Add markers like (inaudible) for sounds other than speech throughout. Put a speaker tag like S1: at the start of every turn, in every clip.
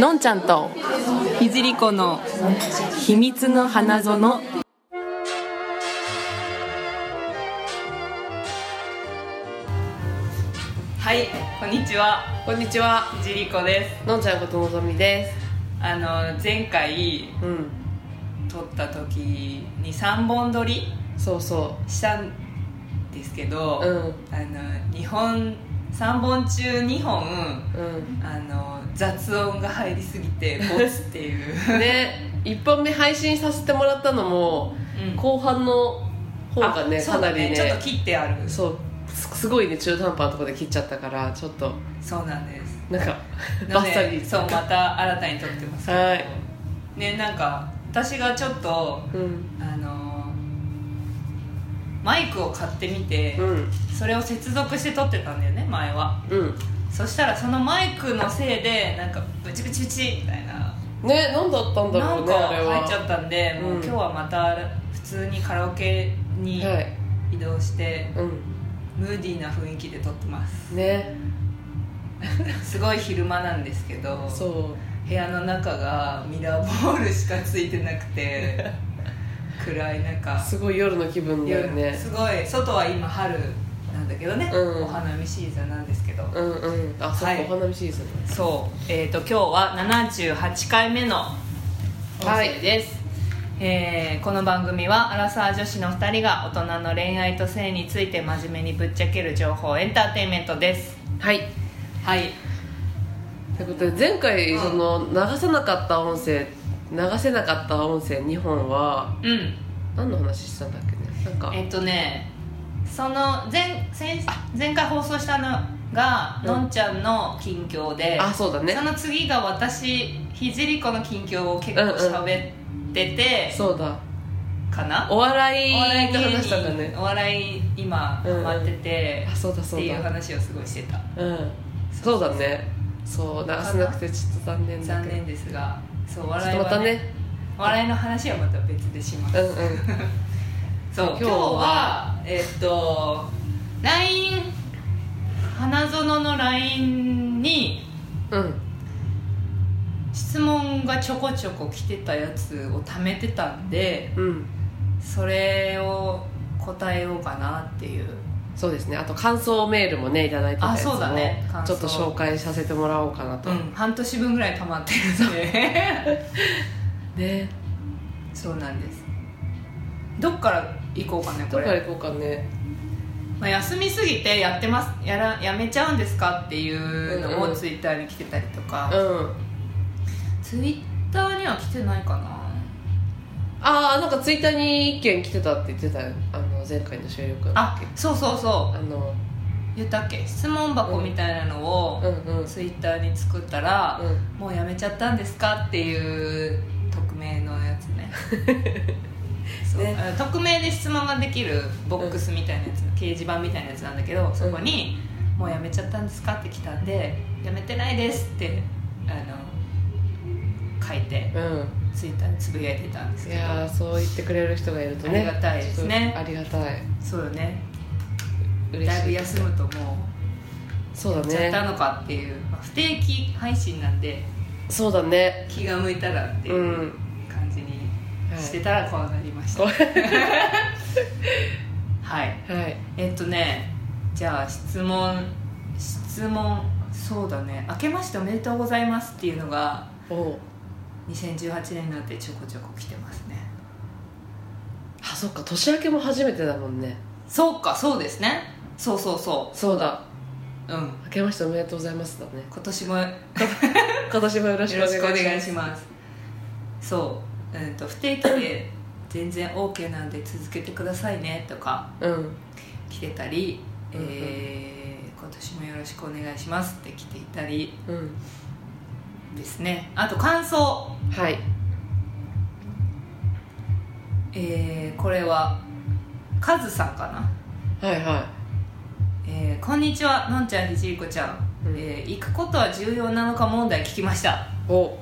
S1: のんちゃんと
S2: いじりこの
S1: 秘密の花園
S2: はいこんにちは
S1: こんにちはい
S2: じりこです
S1: のんちゃんことのぞみです
S2: あの前回
S1: うん
S2: 撮った時に3本撮り
S1: そうそ
S2: したんですけど、
S1: ううん
S2: あの日本3本中2本
S1: うん
S2: あの雑音が入りすぎて
S1: (laughs)
S2: ボツっていう
S1: ね1本目配信させてもらったのも
S2: うん
S1: 後半の方がね
S2: あそ
S1: か
S2: うだ
S1: なりね
S2: ちょっと切ってあるそ
S1: そうすすごいね中途半端なところで切っちゃったからちょっと
S2: うなんです
S1: なんか
S2: な
S1: バ
S2: の
S1: ッサリ
S2: でそうまた新たに撮ってますけど
S1: はい
S2: ねなんか私がちょっと
S1: うん
S2: あのマイクを買ってみて、
S1: うん
S2: それを接続して撮ってたんだよね前は
S1: うん
S2: そしたらそのマイクのせいでなんかブチブチブチみたいな
S1: ね何だったんだ
S2: な
S1: ろうんね
S2: か
S1: あれは
S2: 入っちゃったんでもう
S1: うん
S2: 今日はまた普通にカラオケに
S1: はい
S2: 移動して、
S1: うん
S2: ムーディーな雰囲気で撮ってます
S1: ね
S2: すごい昼間なんですけど
S1: そう
S2: 部屋の中がミラーボールしかついてなく
S1: (laughs)
S2: て暗い中
S1: すごい夜の気分だよ
S2: 夜
S1: ね
S2: すごい外は今春なんだけどね、
S1: うん
S2: お花見シーズンなんですけど、
S1: うんうんあそっか、
S2: はい
S1: お花見シーズン
S2: そう、えー、と今日は78回目の放送です、えーこの番組はアラサー女子の2人が大人の恋愛と性について真面目にぶっちゃける情報エンターテインメントです
S1: はい
S2: はい
S1: ということで前回
S2: うん
S1: その流さなかった音声流せなかった音声2本は
S2: うん
S1: 何の話したんだっけねなんか
S2: えっ、とねその前先前回放送したのが、
S1: うん
S2: のんちゃんの近況で
S1: あそうだね
S2: その次が私ひじりこの近況を結構
S1: うんうん
S2: 喋ってて、
S1: そうだ
S2: かな
S1: お笑
S2: お
S1: い
S2: 笑い
S1: の
S2: 芸
S1: 話だった
S2: 人
S1: ね
S2: お笑い今ハマってて、
S1: あそうだそ
S2: って
S1: う
S2: いう
S1: だ
S2: 話をすごいしてた
S1: うんそうだねそう流せなくてちょっと残念だ
S2: 残
S1: けど
S2: 念ですがそうお
S1: ちょっ
S2: 笑
S1: と
S2: い
S1: ま
S2: は、
S1: た
S2: ね
S1: ね
S2: お笑いの話はまた別でします
S1: うんうん
S2: そ
S1: 今
S2: う今
S1: 日
S2: 日
S1: は
S2: はえっと LINE 花園の LINE に
S1: うん
S2: 質問がちょこちょこ来てたやつを貯めてたんで
S1: うん
S2: それを答えようかなっていう
S1: そうですねあと感想メールもねいただいてたやつも
S2: あそうだね感
S1: ち
S2: 想
S1: ょっと紹介させてもらおうかなと、
S2: うん、半年分ぐらい溜まってるんで (laughs)
S1: ね
S2: そうなんですどっから行こうかねこ
S1: どっ
S2: れ
S1: から行こうかね
S2: まあ、休みすぎてやってますやらやめちゃうんですかっていうの
S1: うんう
S2: を
S1: ん
S2: ツイッターに来てたりとか、
S1: うん
S2: ツイッターには来てないかな
S1: ああなんかツイッターに一件来てたって言ってたよあの前回の収録の時
S2: あそうそうそ
S1: あの
S2: う言ったっけ質問箱みたいなの
S1: うん
S2: を
S1: うん
S2: ツイッターに作ったら、
S1: う
S2: もうやめちゃったんですかっていう匿名のやつ
S1: (laughs)
S2: ねそう
S1: ね
S2: あの匿名で質問ができるボックスみたいなやつ、掲示板みたいなやつなんだけどそこに「もうやめちゃったんですか?」って来たんで「やめてないです」ってあの書いて
S1: んうん
S2: ツイッターにつぶやいてたんです
S1: い
S2: けど
S1: やーそう言ってくれる人がいるとね
S2: ありがたいですね
S1: ありがたい
S2: そうよね
S1: 嬉
S2: だいぶ
S1: しい
S2: 休むとも
S1: そうだ
S2: うやっちゃった
S1: ね
S2: のかっていう、まあ不定期配信なんで
S1: そうだね
S2: 気が向いたらっていううん感じに
S1: はい
S2: してたらこうなりました、 (laughs) は
S1: は
S2: い
S1: い
S2: えっとねじゃあ質問質問そうだね「明けましておめでとうございます」っていうのが
S1: おう
S2: 2018年になってちょこちょこ来てますね
S1: あそっか年明けも初めてだもんね
S2: そうかそうですねそうそうそ
S1: そうだ
S2: ううん
S1: 明けましておめでとうございますだね
S2: 今年もよ
S1: 今年もよろ
S2: ろ
S1: し
S2: し
S1: くお願いし
S2: く
S1: ま
S2: お
S1: す
S2: 願いしますそう、うん、と不定期で全然 OK なんで続けてくださいねとか
S1: うん
S2: 来てたり、
S1: うんうん
S2: えー今年もよろしくお願いしますって来ていたり
S1: うん
S2: ですねあと感想
S1: はい
S2: えーこれはカズさんかな、
S1: はいは
S2: えーこんにちはのんちゃんひじりこちゃん、
S1: うん
S2: えー行くことは重要なのか問題聞きました
S1: いお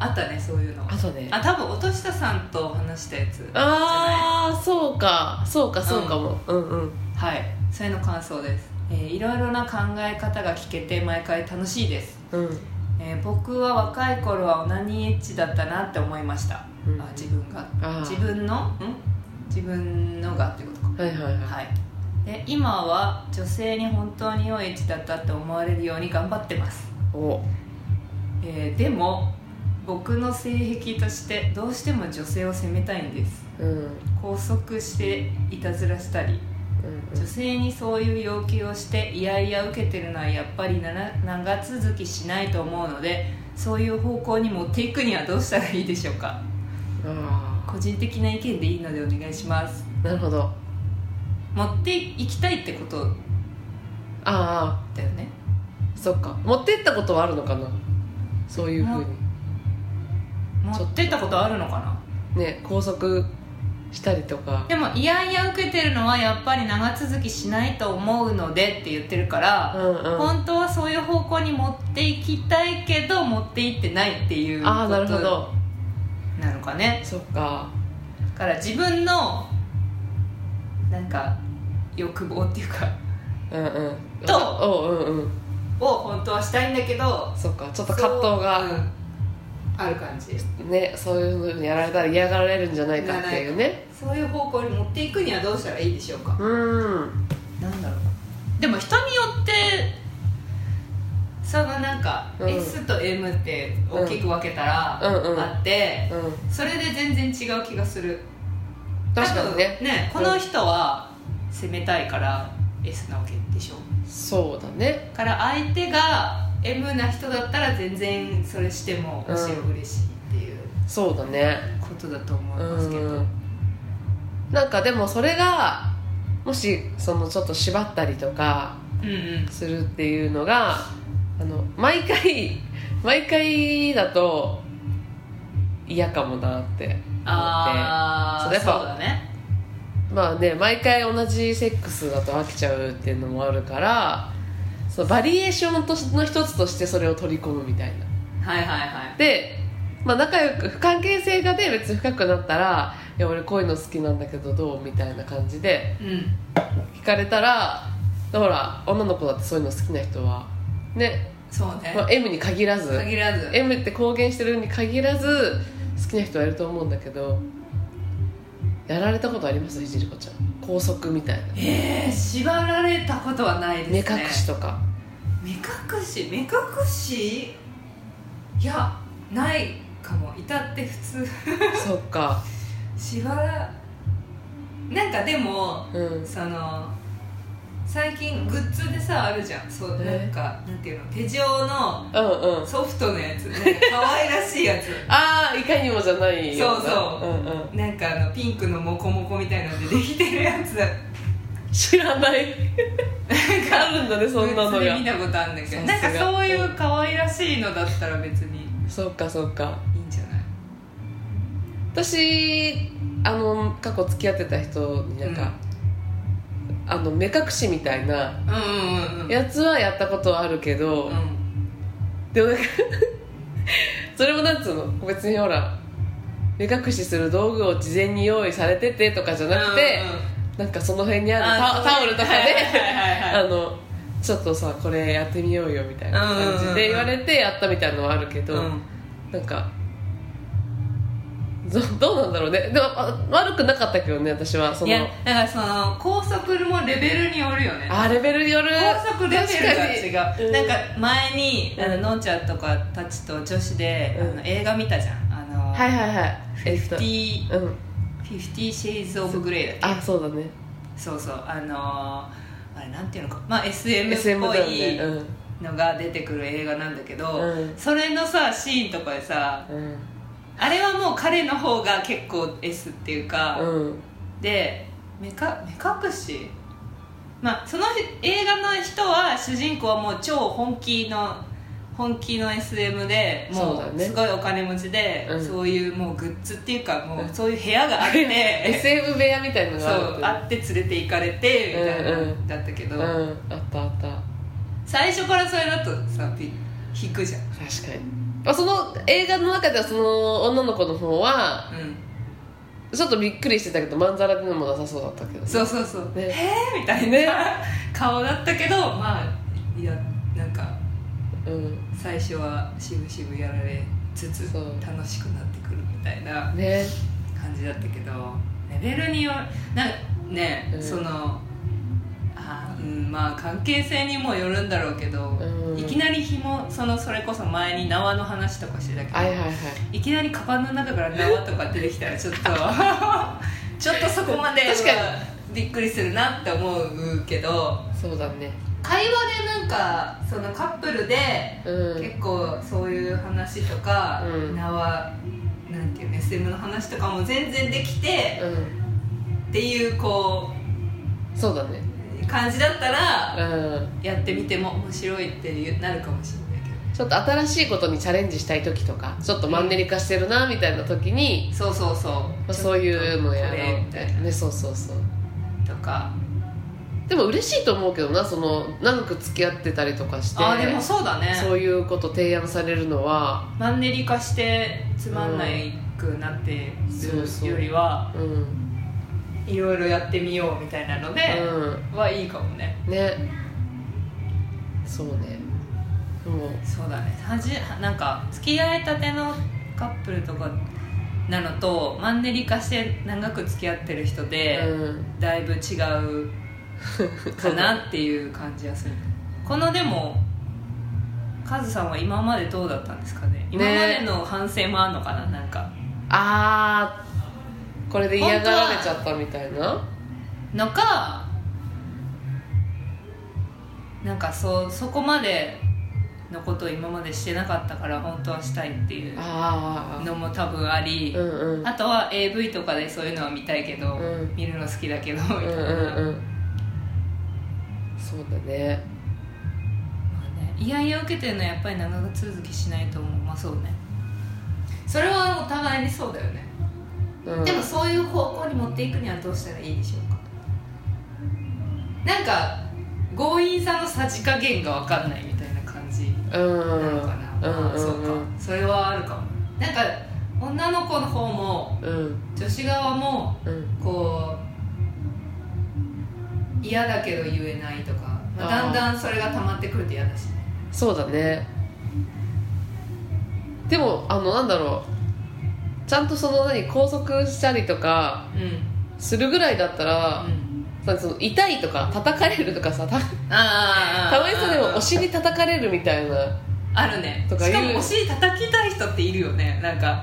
S2: あったねそういうの
S1: あとね
S2: あ多分音下さんと話したやつ
S1: ああそうかそうかそうかもうんうん
S2: はいそれの感想です、えーいろいろな考え方が聞けて毎回楽しいです、
S1: うん
S2: えー僕は若い頃はオナニーエッチだったなって思いました、
S1: うん
S2: あ自分が
S1: あー
S2: 自分のん自分のがってことか
S1: はいはいはい
S2: はいで今は女性に本当に良いエッチだったって思われるように頑張ってます
S1: お
S2: えーでも僕の性癖としてどうしても女性を責めたいんです
S1: うんうん
S2: 拘束していたずらしたり女性にそういう要求をしていやいや受けてるのはやっぱりなら長続きしないと思うのでそういう方向に持っていくにはどうしたらいいでしょうか
S1: あ
S2: 個人的な意見でいいのでお願いします
S1: あなるほどあ
S2: 持っていきたいってこと
S1: あ
S2: だよね
S1: そっか持ってったことはあるのかなそういうふう
S2: 持ってったことあるのかな
S1: にね拘束したりとか
S2: でもいやいや受けてるのはやっぱり長続きしないと思うのでって言ってるから、
S1: うんうん
S2: 本当はそういう方向に持っていきたいけど持っていってないっていうこと
S1: ああなるほど
S2: なのかね
S1: そっか
S2: だから自分のなんか欲望っていうか
S1: うんうん
S2: と
S1: おううんうん
S2: を本当はしたいんだけど
S1: そっかちょっと葛藤が
S2: そううんある感じ
S1: ねそういうのにやられたら嫌がられるんじゃないかっていうね
S2: そういう方向に持っていくにはどうしたらいいでしょうか
S1: うん
S2: なんだろうでも人によってそのなんか、
S1: うん
S2: S と M って大きく分けたら
S1: うんうんうん
S2: あって、
S1: うん
S2: それで全然違う気がする
S1: 確かに
S2: 多
S1: ね
S2: 分この人は攻めたいから S なわけでしょ
S1: そうだね
S2: だから相手が M な人だったら全然それしても
S1: うん
S2: むしろ嬉しいっていう
S1: そうだね
S2: ことだと思いますけど、
S1: うんなんかでもそれがもしそのちょっと縛ったりとか
S2: うんうん
S1: するっていうのがあの毎回 (laughs) 毎回だと嫌かもなって思って
S2: あ
S1: そう
S2: あ
S1: やっ
S2: そ
S1: ぱ
S2: うだね
S1: まあね毎回同じセックスだと飽きちゃうっていうのもあるからそのバリエーションとしの一つとしてそれを取り込むみたいな
S2: はいはいはい
S1: で、まあ、仲良く不関係性がね別に深くなったら「いや俺こういうの好きなんだけどどう?」みたいな感じで
S2: うん
S1: 聞かれたらほら女の子だってそういうの好きな人はね、
S2: そうね
S1: まあ、M に限らず
S2: 限らず
S1: M って公言してるに限らず好きな人はいると思うんだけどやられたことありますひじりこちゃん拘束みたいな
S2: えー、縛られたことはないです
S1: 目
S2: ね
S1: 隠しとか
S2: 目隠し目隠しいやないかも至って普通
S1: そっか
S2: 縛らなんかでも
S1: うん
S2: その最近グッズでさあるじゃんそうな
S1: え
S2: んかなんていうの手錠の
S1: うんうん
S2: ソフトのやつ
S1: (laughs)
S2: なんか可愛らしいやつ
S1: ああいかにもじゃないよな
S2: そうそ
S1: うんうん
S2: なんかあのピンクのモコモコみたいなのでできてるやつなん
S1: 知らない
S2: (laughs) か
S1: あるんだねそんな
S2: グッ
S1: の
S2: ズで見
S1: が
S2: たことあるんだけどな
S1: さ
S2: ん
S1: すが
S2: かそういう可愛らしいのだったら別にい
S1: そっかそっか
S2: いんじゃない
S1: 私あの過去付き合ってた人になんか、あの目隠しみたいな
S2: うんうんうんうん
S1: やつはやったことはあるけど、
S2: うん
S1: でもなんか (laughs) それもなんつうの別にほら目隠しする道具を事前に用意されててとかじゃなくて、
S2: うんうん
S1: なんかその辺にあるタ
S2: あ
S1: タオルとか
S2: はいはい
S1: で
S2: はいは
S1: (laughs)
S2: い
S1: あのちょっとさこれやってみようよみたいな感
S2: うんうんう
S1: じ
S2: ん
S1: で言われてやったみたいなのはあるけど、
S2: うん
S1: なんかどどうなんだろうねでもあ悪くなかったけどね私はそ
S2: い
S1: の
S2: やだからその高速もレベルによるよね
S1: あレベルによる
S2: 高速レベルが
S1: 確か
S2: 違う、
S1: に
S2: なんか前に
S1: うん
S2: あののんちゃんとかたちと女子で、
S1: うん
S2: あの映画見たじゃんあの、
S1: はいはいはいえっと
S2: 50
S1: うん
S2: 50シェイズ・オブ・グレーだっけ
S1: あそうだね
S2: そうそうあのあれなんていうのか、まあ、SM っ
S1: SM
S2: ぽ
S1: だよね
S2: いのが出てくる映画なんだけど、
S1: うん
S2: それのさシーンとかでさ
S1: うんうん
S2: あれはもう彼の方が結構 S っていうか、
S1: うん
S2: で目か目隠しまあその映画の人は主人公はもう超本気の本気の SM で
S1: そう
S2: も
S1: だ
S2: う
S1: ね
S2: すごいお金持ちでそう,、
S1: うん
S2: いうもうグッズっていうかもうそういう部屋があって
S1: (laughs) SM 部屋みたいなの
S2: そ
S1: がある
S2: うあって連れて行かれてみたいな
S1: うんう
S2: の
S1: ん
S2: だったけど、
S1: うんあったあった
S2: 最初からそれだとさび引くじゃん
S1: 確かに、まあ、その映画の中ではその女の子の方は
S2: うん
S1: ちょっとびっくりしてたけどまんざらでもなさそうだったけど
S2: そうそうそう、
S1: ね
S2: へえみたいな、
S1: ね
S2: 顔だったけどまあいやなんか
S1: うん
S2: 最初は渋々やられつつ
S1: そう
S2: 楽しくなってくるみたいな
S1: ね
S2: 感じだったけどレベルによるなんかね、
S1: うん
S2: そのあーうんまあ関係性にもよるんだろうけど、
S1: うん
S2: いきなり紐そのそれこそ前に縄の話とかしてたけど、
S1: はいはいはい
S2: いきなりカバンの中から縄とか出てきたら
S1: (laughs)
S2: ちょっとちょっとそこまでは
S1: 確か
S2: びっくりするなって思うけど
S1: そうだね
S2: 会話でなんかそのカップルで
S1: うん
S2: 結構そういう話とか、
S1: うん
S2: 縄なんていうの SM の話とかも全然できて、
S1: うん
S2: っていうこ
S1: そうだね
S2: う感じだったら、
S1: うん
S2: やってみても面白いってなるかもしれないけど
S1: ちょっと新しいことにチャレンジしたい時とかちょっとマンネリ化してるなみたいな時に、
S2: そうそうそう、
S1: まあ、そういうのや
S2: ちょっと
S1: ろ
S2: こ
S1: う
S2: れ
S1: み
S2: み
S1: た
S2: た
S1: い
S2: い
S1: なねそうそうそう
S2: なとか
S1: でも嬉しいと思うけどなその長く付き合ってたりとかして
S2: あーでもそうだね
S1: そういうこと提案されるのは
S2: マンネリ化してつまんないくなって
S1: そうそう
S2: るよりは
S1: うん
S2: いろいろやってみようみたいなので、
S1: う
S2: はいいかもね
S1: んねそうねでも
S2: そうだねはじなんか付き合いたてのカップルとかなのとマンネリ化して長く付き合ってる人で、
S1: う
S2: だいぶ違うかなっていう感じがする (laughs) このでもカズさんは今までどうだったんですかね今までの反省もあるのかななんか
S1: んあーこれで嫌がられちゃったみたいな
S2: のかなんかそうそこまでのことを今までしてなかったから本当はしたいっていう
S1: あ
S2: のも多分あり
S1: あう、んうん
S2: あとは AV とかでそういうのは見たいけど、
S1: うん
S2: 見るの好きだけど
S1: う
S2: みたい
S1: ん
S2: な、
S1: うんう
S2: ま
S1: んそうだね
S2: あね、いやいや受けてるのはやっぱり長続きしないと思うまあそうねそれはお互いにそうだよね、
S1: うん
S2: でもそういう方向に持っていくにはどうしたらいいでしょうかなんか強引さのさじ加減が分かんないみたいな感じ
S1: うん
S2: なのかな、
S1: うん
S2: あそうかそれはあるかもなんか女の子の方も
S1: うん
S2: 女子側も
S1: うん
S2: こう嫌だけど言えないとか、まあ
S1: あ
S2: だ
S1: ー
S2: んだんそれが溜まってくると嫌だしね
S1: そうだねでもあのなんだろうちゃんとその何拘束したりとか
S2: うん
S1: するぐらいだったら、
S2: うん
S1: さその痛いとか叩かれるとかさた
S2: あー
S1: たまにさでもお尻叩かれるみたいな
S2: あるね
S1: とか
S2: し
S1: 言う
S2: かもお尻叩きたい人っているよねなんか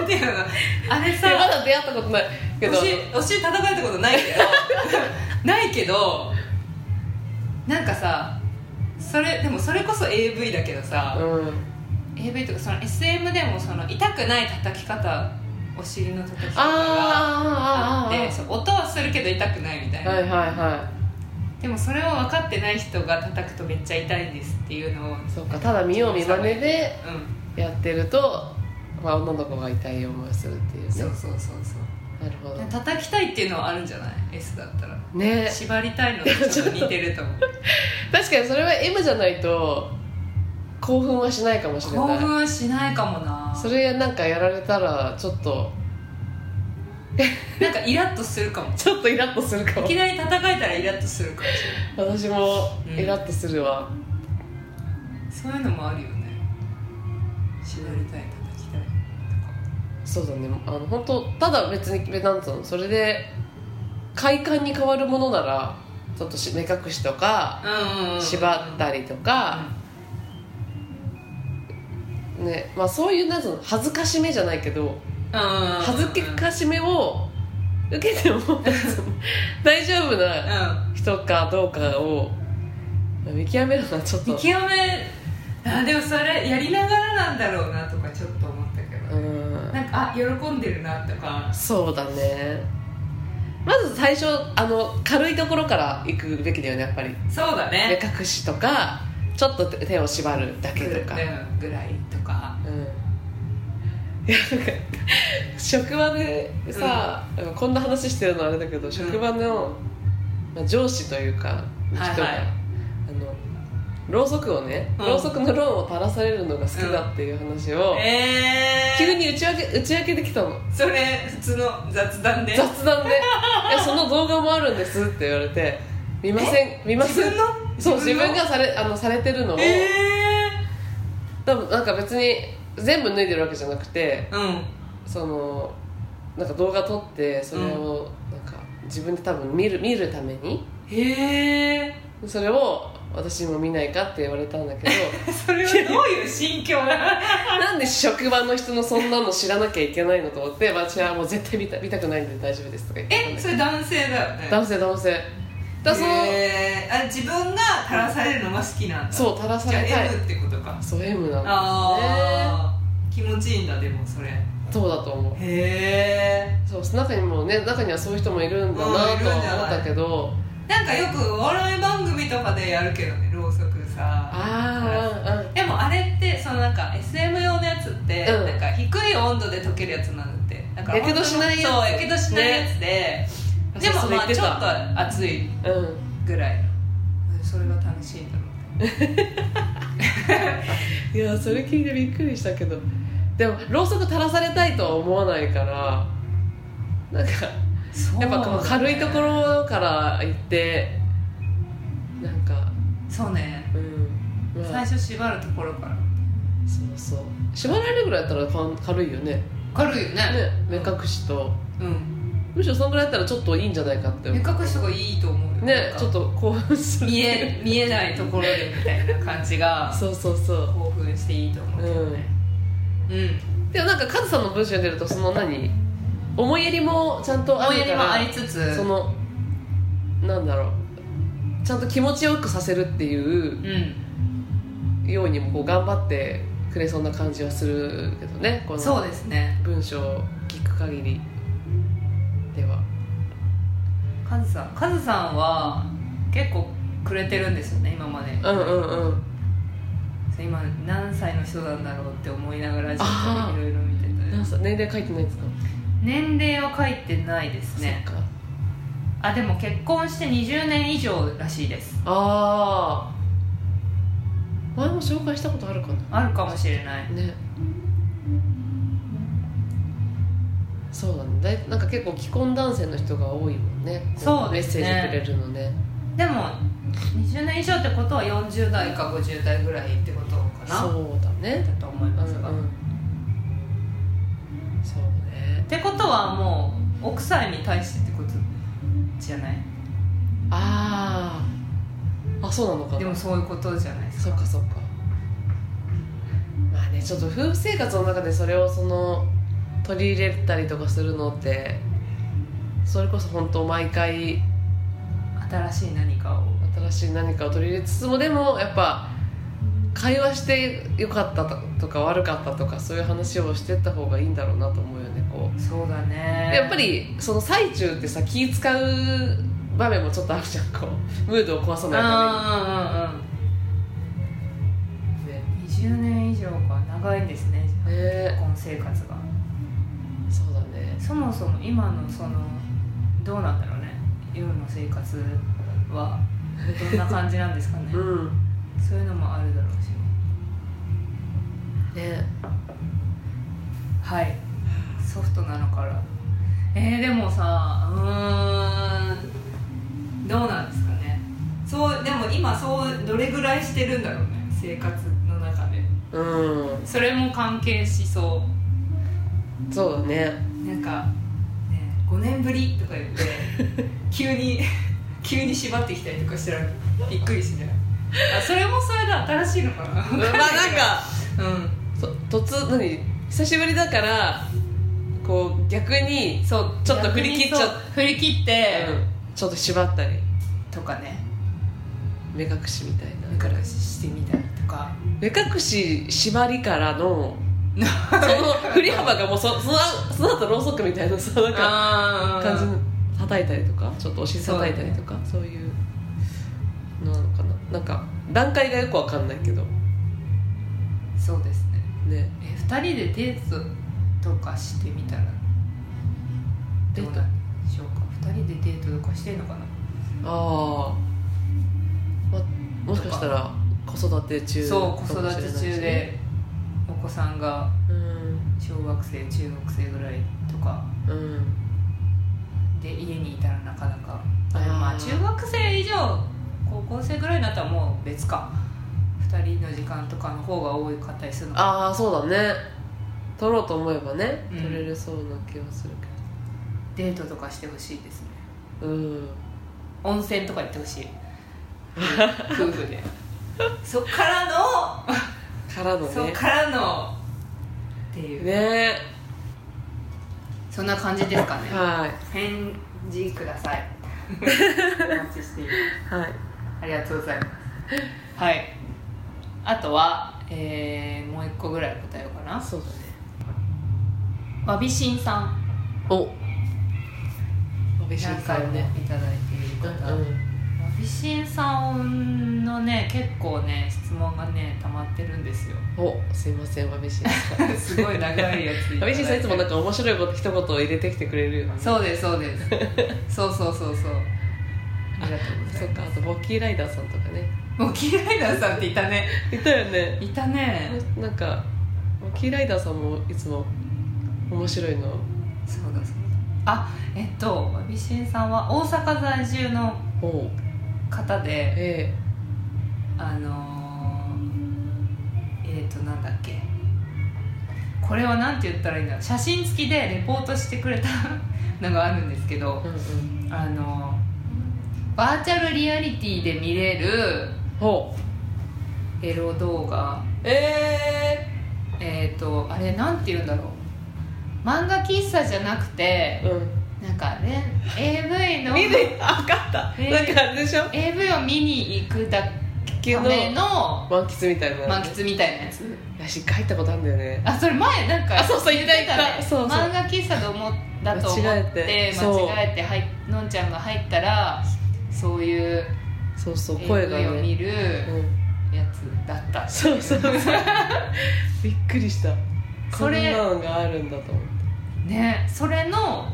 S2: なんていうのあれ
S1: でま
S2: さ
S1: だ出会ったことないけ
S2: お
S1: ど
S2: 尻お尻叩かれたことないけどないけど (laughs) なんかさそれでもそれこそ AV だけどさ、
S1: うん
S2: AV とかその SM でもその痛くない叩き方お尻の叩き方が
S1: あーあーあーあ
S2: あっ
S1: ー
S2: てそう音はするけど痛くないみたいな、
S1: はいはいは
S2: でもそれを分かってない人が叩くとめっちゃ痛いんですっていうのを、うん、
S1: いそうかただ見よう見まねでやってると、まあ、女の子が痛い思いをするっていうね
S2: そうそうそうそう
S1: なるほど
S2: 叩きたいっていうのはあるんじゃない S だったら
S1: ね
S2: 縛りたいのとちょっと似てる
S1: (laughs)
S2: と思う
S1: 確かにそれは M じゃないと興奮はしないかもしれ
S2: 興奮
S1: ない
S2: はしないかもな
S1: それなんかやられたらちょっと
S2: なんかイラッとするかも
S1: ちょっとイラッとするか
S2: い
S1: も
S2: きなり叩かれたらイラッとするかもしれない
S1: 私も
S2: うん
S1: イラッとするわ、
S2: そういうのもあるよね縛りたい叩きたい
S1: そうだねあの本当ただ別になんつうのそれで快感に変わるものならちょっとし目隠しとか
S2: うんうんうん
S1: 縛ったりとか、ねまあ、そういうなんつうの恥ずかしめじゃないけど
S2: は
S1: 恥ずかしめを受けても大丈夫な
S2: う
S1: 人かどうかを見極めるのはちょっ
S2: ん見
S1: と
S2: 極めあでもそれやりながらなんだろうなとかちょっと思ったけ
S1: う
S2: ど
S1: ん
S2: なんかあ喜んでるなとか
S1: そうだねまず最初あの軽いところから行くべきだよねやっぱり
S2: そうだ
S1: 目
S2: ね
S1: 隠しとかちょっと手を縛るだけとか、
S2: うんぐらいとか
S1: うんいやなんか職場でさ、こんな話してるのあれだけど職場の、まあ、上司というか人が、
S2: はいはい
S1: あのろうそくをね、
S2: うん
S1: ろうそくのローンを垂らされるのが好きだっていう話を、
S2: えー、
S1: 急に打ち明け打ち明けてきたの
S2: それ普通の雑談で
S1: 雑談
S2: (laughs)
S1: でいや「その動画もあるんです」って言われて「見ません見ま
S2: 自
S1: せん
S2: 分の」
S1: そう自分
S2: の
S1: がされあのされてるのを、
S2: え
S1: でもなんか別に全部脱いでるわけじゃなくて
S2: うん
S1: そのなんか動画撮ってそれをなんか自分で多分見る見るために (laughs)
S2: へえ
S1: それを私も見ないかって言われたんだけ
S2: (laughs)
S1: ど
S2: それはどういう心境
S1: なんで職場の人のそんなの知らなきゃいけないのと思って私はもう絶対見た見たくないんで大丈夫ですとか言ってたん
S2: え
S1: だ
S2: そ
S1: け
S2: れ男性だよね
S1: ど男性男性だから
S2: へーあ自分が垂らされるのが好きなんだ
S1: そうそう垂らさ
S2: じゃあ
S1: れたい
S2: M ってことか
S1: そう M なんだ
S2: ああ気持ちいいんだでもそれへ
S1: ねそうだと思う
S2: え
S1: そう中にもね中にはそういう人もいるんだなとは
S2: うんいるんじゃない
S1: 思ったけど
S2: んかよくお笑い番組とかでやるけどねろうそくさ
S1: あ
S2: でもあれってそのなんか SM 用のやつって、
S1: うん
S2: なんか低い温度で溶けるやつなんだってだから
S1: やけどしないやつ
S2: そうやけどしないやつで、
S1: ね
S2: でも
S1: そうそう
S2: ま
S1: 言
S2: あ
S1: って
S2: ち
S1: た
S2: ょっと熱い
S1: あうんうん
S2: ぐらいそれが楽しいんだろうね
S1: いやそれ聞いてびっくりしたけどでもろうそく垂らされたいとは思わないからなんかやっぱこう軽いところから行ってなんか
S2: そうね
S1: うんま
S2: 最
S1: あ
S2: 初縛るところから
S1: そうそう縛られるぐらいだったらかん軽いよねね
S2: 軽いよね
S1: 目隠しと
S2: うん
S1: むしろそのぐらいだったらちょっといいんじゃないかって
S2: 目
S1: 思
S2: 隠しとかいいと思うよ
S1: う
S2: なん
S1: ね
S2: か
S1: ちょっと興奮する
S2: 見え見えないところでみたいな感じ
S1: (laughs)
S2: が
S1: そうそうそう
S2: 興奮していいと思うけどねうん
S1: でもなんかカズさんの文章に出るとその何思いやりもちゃんとあ
S2: 思い
S1: る
S2: や
S1: か
S2: りも
S1: ら
S2: ありつつ
S1: そのなんだろうちゃんと気持ちよくさせるっていう
S2: うん
S1: ようにもこう頑張ってくれそうな感じはするけどねこ
S2: そ
S1: の
S2: うですね
S1: 文章を聞く限りでは
S2: カズさんカズさんは結構くれてるんですよね今まで
S1: うんうんうん
S2: そう今何歳の人なんだろうって思いながらちょっ
S1: あ
S2: と
S1: ー
S2: いろいろ見て
S1: なん
S2: た
S1: か年齢書いてないんですか、
S2: 年齢は書いてないですね
S1: そっか
S2: あでも結婚して20年以上らしいです
S1: ああ前も紹介したことあるかな
S2: あるかもしれない
S1: ねそうだねだいなんか結構既婚男性の人が多いもんね
S2: そうですね
S1: メッセージくれるのね
S2: でも20年以上ってことは40代か50代ぐらいってことかな
S1: そうだね
S2: だと思い
S1: うんう
S2: ま
S1: ん
S2: すが、っ
S1: そうね
S2: てことはもう奥さんに対してってことじゃない
S1: あああそうなのかな
S2: でもそういうことじゃないです
S1: そ
S2: か
S1: っかそっかまあねちょっと夫婦生活の中でそれをその取り入れたりとかするのってそれこそ本当毎回
S2: 新しい何かを
S1: 新しい何かを取り入れつつもでもやっぱ会話して良かったとか悪かったとかそういう話をしてった方がいいんだろうなと思うよねこ
S2: そうだ
S1: う
S2: ね
S1: やっぱりその最中ってさ気使う場面もちょっとあるじゃんこうムードを壊さ
S2: うん
S1: ないた
S2: うん
S1: めにね
S2: うん20年以上か長いんですね
S1: ね
S2: 結婚生活が
S1: そうだね
S2: そもそも今のそのどうなんだろうね夜の生活はどんな感じなんですか (laughs) ね
S1: うん
S2: そういうのもあるだろうし
S1: ね
S2: はいソフトなのからえー、でもさうーんどうなんですかねそうでも今そうどれぐらいしてるんだろうね生活の中で
S1: うん
S2: それも関係しそ
S1: そうだね
S2: うなんか、ね、5年ぶりとか言って (laughs) 急に急に縛ってきたりとかしたらびっくりしないあそれもそれで新しいのかな
S1: まあなんか
S2: う
S1: と突何久しぶりだからこう逆に
S2: ん、そう
S1: ちょっと振り切っちゃ
S2: 逆にそう振り切って、
S1: うんちょっと縛ったり
S2: とかね
S1: 目隠しみたいな
S2: 目隠ししてみたりとか
S1: 目隠し縛りからのその振り幅がもうそそのその後ろうそくみたいなそのなんか
S2: あ
S1: 感じの叩いたりとかちょっとお尻叩いたりとかそう,、いうのなのかななんか段階がよくわかんないけど
S2: そうですね
S1: ね
S2: え2人でデートとかしてみたら
S1: デ
S2: どう
S1: ー
S2: な
S1: ト
S2: んでしょうか2人でデートとかしてんのかな
S1: ああ、ま、もしかしたら子育て中
S2: そう
S1: か
S2: 子
S1: もしれな
S2: 育
S1: い
S2: て
S1: しね
S2: 中でお子さんが
S1: うん
S2: 小学生中学生ぐらいとか
S1: うん
S2: で家にいたらなかなか
S1: あー
S2: まあ中学生以上高校生ぐらいになったらもう別か2人の時間とかの方が多かったりするのか
S1: ああそうだね撮ろうと思えばね
S2: うん
S1: 撮れるそうな気はする
S2: デートとかしてほしいですね
S1: けどうん
S2: 温泉とか行ってほ (laughs) しい夫婦でそっからの、
S1: からの
S2: そっ
S1: ね
S2: からのっていう、
S1: ね
S2: そんな感じですかね
S1: はい
S2: 返事ください (laughs) お待ちしています
S1: はい
S2: ありがとうございますはいあとは、えーもう一個ぐらい答えようかな
S1: そうだね
S2: わびしんさん
S1: お安倍晋
S2: 何
S1: 三
S2: 回もい
S1: ね
S2: ただいている
S1: う
S2: 方、
S1: ん
S2: わびしんさんのね結構ね質問がね溜まってるん (laughs) ですよ
S1: おすいません安倍晋三
S2: すごい長いやつ
S1: 安倍晋
S2: ただ
S1: 三い
S2: て
S1: つもなんか面白いこと一言入れてきてくれるよね
S2: そうですそうです (laughs) そうそうそうそうありがとうござ
S1: そ
S2: い
S1: っかあとボッキーライダーさんとかね
S2: ますもうキライダーさんっていたね
S1: いたよね
S2: いたね
S1: なんかボッキーライダーさんもいつも面白いの
S2: そうだそうだあえっとわびしんさんは大阪在住の
S1: おう
S2: 方で
S1: え
S2: あのー、えっ、となんだっけこれはなんて言ったらいいんだろう写真付きでレポートしてくれたのがあるんですけ
S1: え
S2: ど
S1: うんうん
S2: あのーバーチャルリアリティで見れる
S1: ほう
S2: エロ動画
S1: え
S2: えっ、とあれなんて言うんだろう漫画喫茶じゃなくて
S1: うん
S2: なんかね AV の
S1: 見てあ分かった、
S2: えー
S1: なんかあれでしょ
S2: AV を見に行くだけ
S1: け
S2: の
S1: ど
S2: 満
S1: 満喫みたいな
S2: 喫みたいなやつ
S1: 私帰ったことあるんだよね
S2: あそれ前なんか
S1: あそうそう
S2: 言ってた
S1: 言っ
S2: ね
S1: たそうそう
S2: 漫画喫茶と思っだと思って
S1: 間
S2: 間
S1: 違え
S2: 違え
S1: て
S2: て
S1: そう
S2: 入っのんちゃんが入ったらそういう
S1: そうそう声が
S2: AV を見
S1: ね、
S2: る
S1: うん、
S2: やつだったってい
S1: そうそう (laughs) そうびっくりした
S2: それ
S1: こんなのがあるんだと思って
S2: ねそれの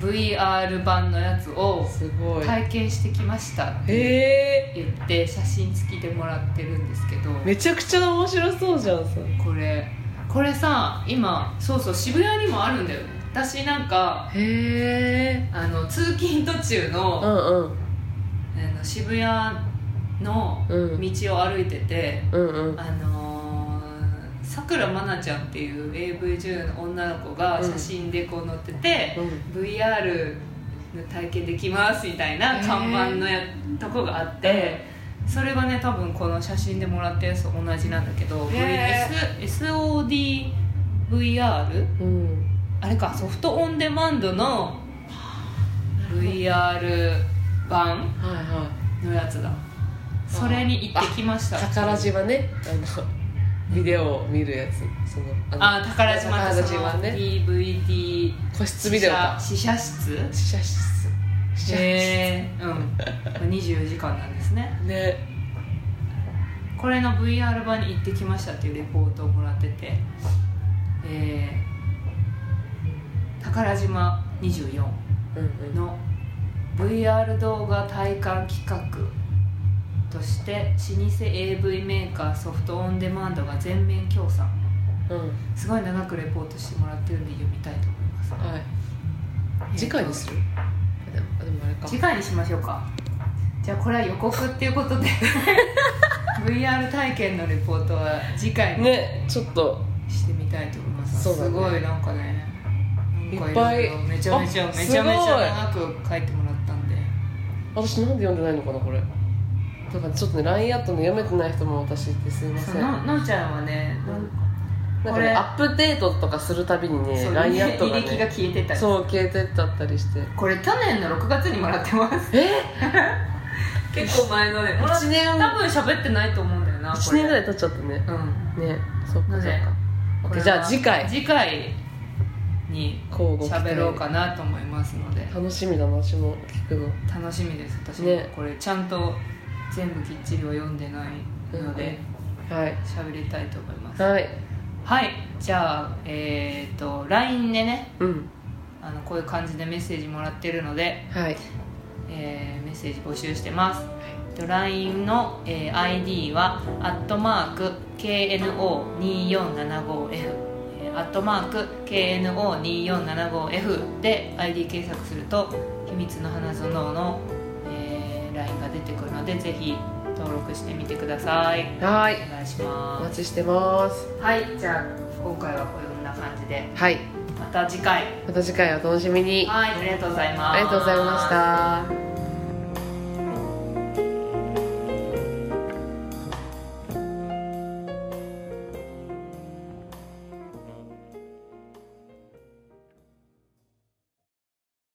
S2: VR 版のやつを
S1: すごい、
S2: 体験してきましたっ
S1: へ
S2: て
S1: え
S2: 言って写真付きでもらってるんですけど
S1: めちゃくちゃ面白そうじゃんそれ
S2: これこれさ今そうそう渋谷にもあるんだよね私なんか
S1: へえ
S2: あの通勤途中の、
S1: うんうん
S2: あの渋谷の
S1: うん
S2: 道を歩いてて、
S1: うんうん
S2: あのーさくらまなちゃんっていう AV 女優の女の子が写真でこう載ってて、VR の体験できますみたいな看板のやとこがあって、それがね多分この写真でもらったやつと同じなんだけど、
S1: へ
S2: S SODVR
S1: うんうん
S2: あれかソフトオンデマンドの VR 版
S1: はいは
S2: のやつだそれに行ってきまし
S1: い
S2: た
S1: 宝島ねあのビデオを見るやつそのあの
S2: あ宝島って
S1: 宝
S2: その
S1: 島ね
S2: DVD
S1: 個室ビデオか
S2: 試写試写室
S1: 試写室試写室
S2: へえうん24時間なんですね
S1: ね
S2: これの VR 版に行ってきましたっていうレポートをもらっててえー宝島24
S1: うんうん
S2: の VR 動画体感企画として老舗 AV メーカーソフトオンデマンドが全面協賛
S1: うん
S2: すごい長くレポートしてもらってるんで読みたいと思います、
S1: はい次回にするでもあでもあれか
S2: 次回にしましょうかじゃあこれは予告っていう
S1: (laughs)
S2: ことで VR 体験のレポートは次回に
S1: ねちょっと
S2: してみたいと思います、
S1: そうだね
S2: すごいなんかねなんか
S1: いっ
S2: ろ
S1: ぱ
S2: ろ
S1: い
S2: めちゃめちゃ
S1: あ
S2: めちゃめちゃ長く書いてもらったんで
S1: 私なんで読んでないのかなこれだからちょっとね LINE アットの読めてない人も私ってすいませ
S2: そ
S1: ん
S2: う
S1: なん
S2: ののんちゃんはねなん
S1: か
S2: これ
S1: ねアップデートとかするたびにね
S2: そう
S1: LINE アットが
S2: 履歴が
S1: ね
S2: 消えてたり
S1: そう消えてっちゃったり
S2: (laughs)
S1: して
S2: これ去年の6月にもらってます
S1: え
S2: 結構前 (laughs) のねもらっ
S1: 1年
S2: 多分喋ってないと思うんだよな
S1: 1年ぐら
S2: い
S1: い経っちゃったね
S2: うん
S1: ねそっかそ
S2: な
S1: っ
S2: ぜ
S1: か
S2: これ
S1: OK
S2: は
S1: じゃあ次回
S2: 次回に
S1: 交互期待
S2: 喋ろうかなと思いますので
S1: 楽しみだな私も聞くの
S2: 楽しみです私、
S1: ね
S2: これちゃんと全部きっちりは読んでないので
S1: はい
S2: 喋、りたいと思います
S1: はい
S2: はいじゃあえっ、と LINE でね
S1: うん
S2: あのこういう感じでメッセージもらってるので、
S1: はい
S2: えーメッセージ募集してますえっと LINE の、えー ID は「アットマーク #KNO2475F」「アットマーク #KNO2475F」で ID 検索すると「秘密の花園の」の、えー LINE が出てくるのでぜひ登登録してみてください
S1: はい
S2: お願いし
S1: お
S2: ま
S1: 待ちしてます
S2: すはいじゃあ今回はこんな感じで
S1: はい
S2: また次回
S1: また次回お楽しみに
S2: はいありがとうございます
S1: ありがとうございました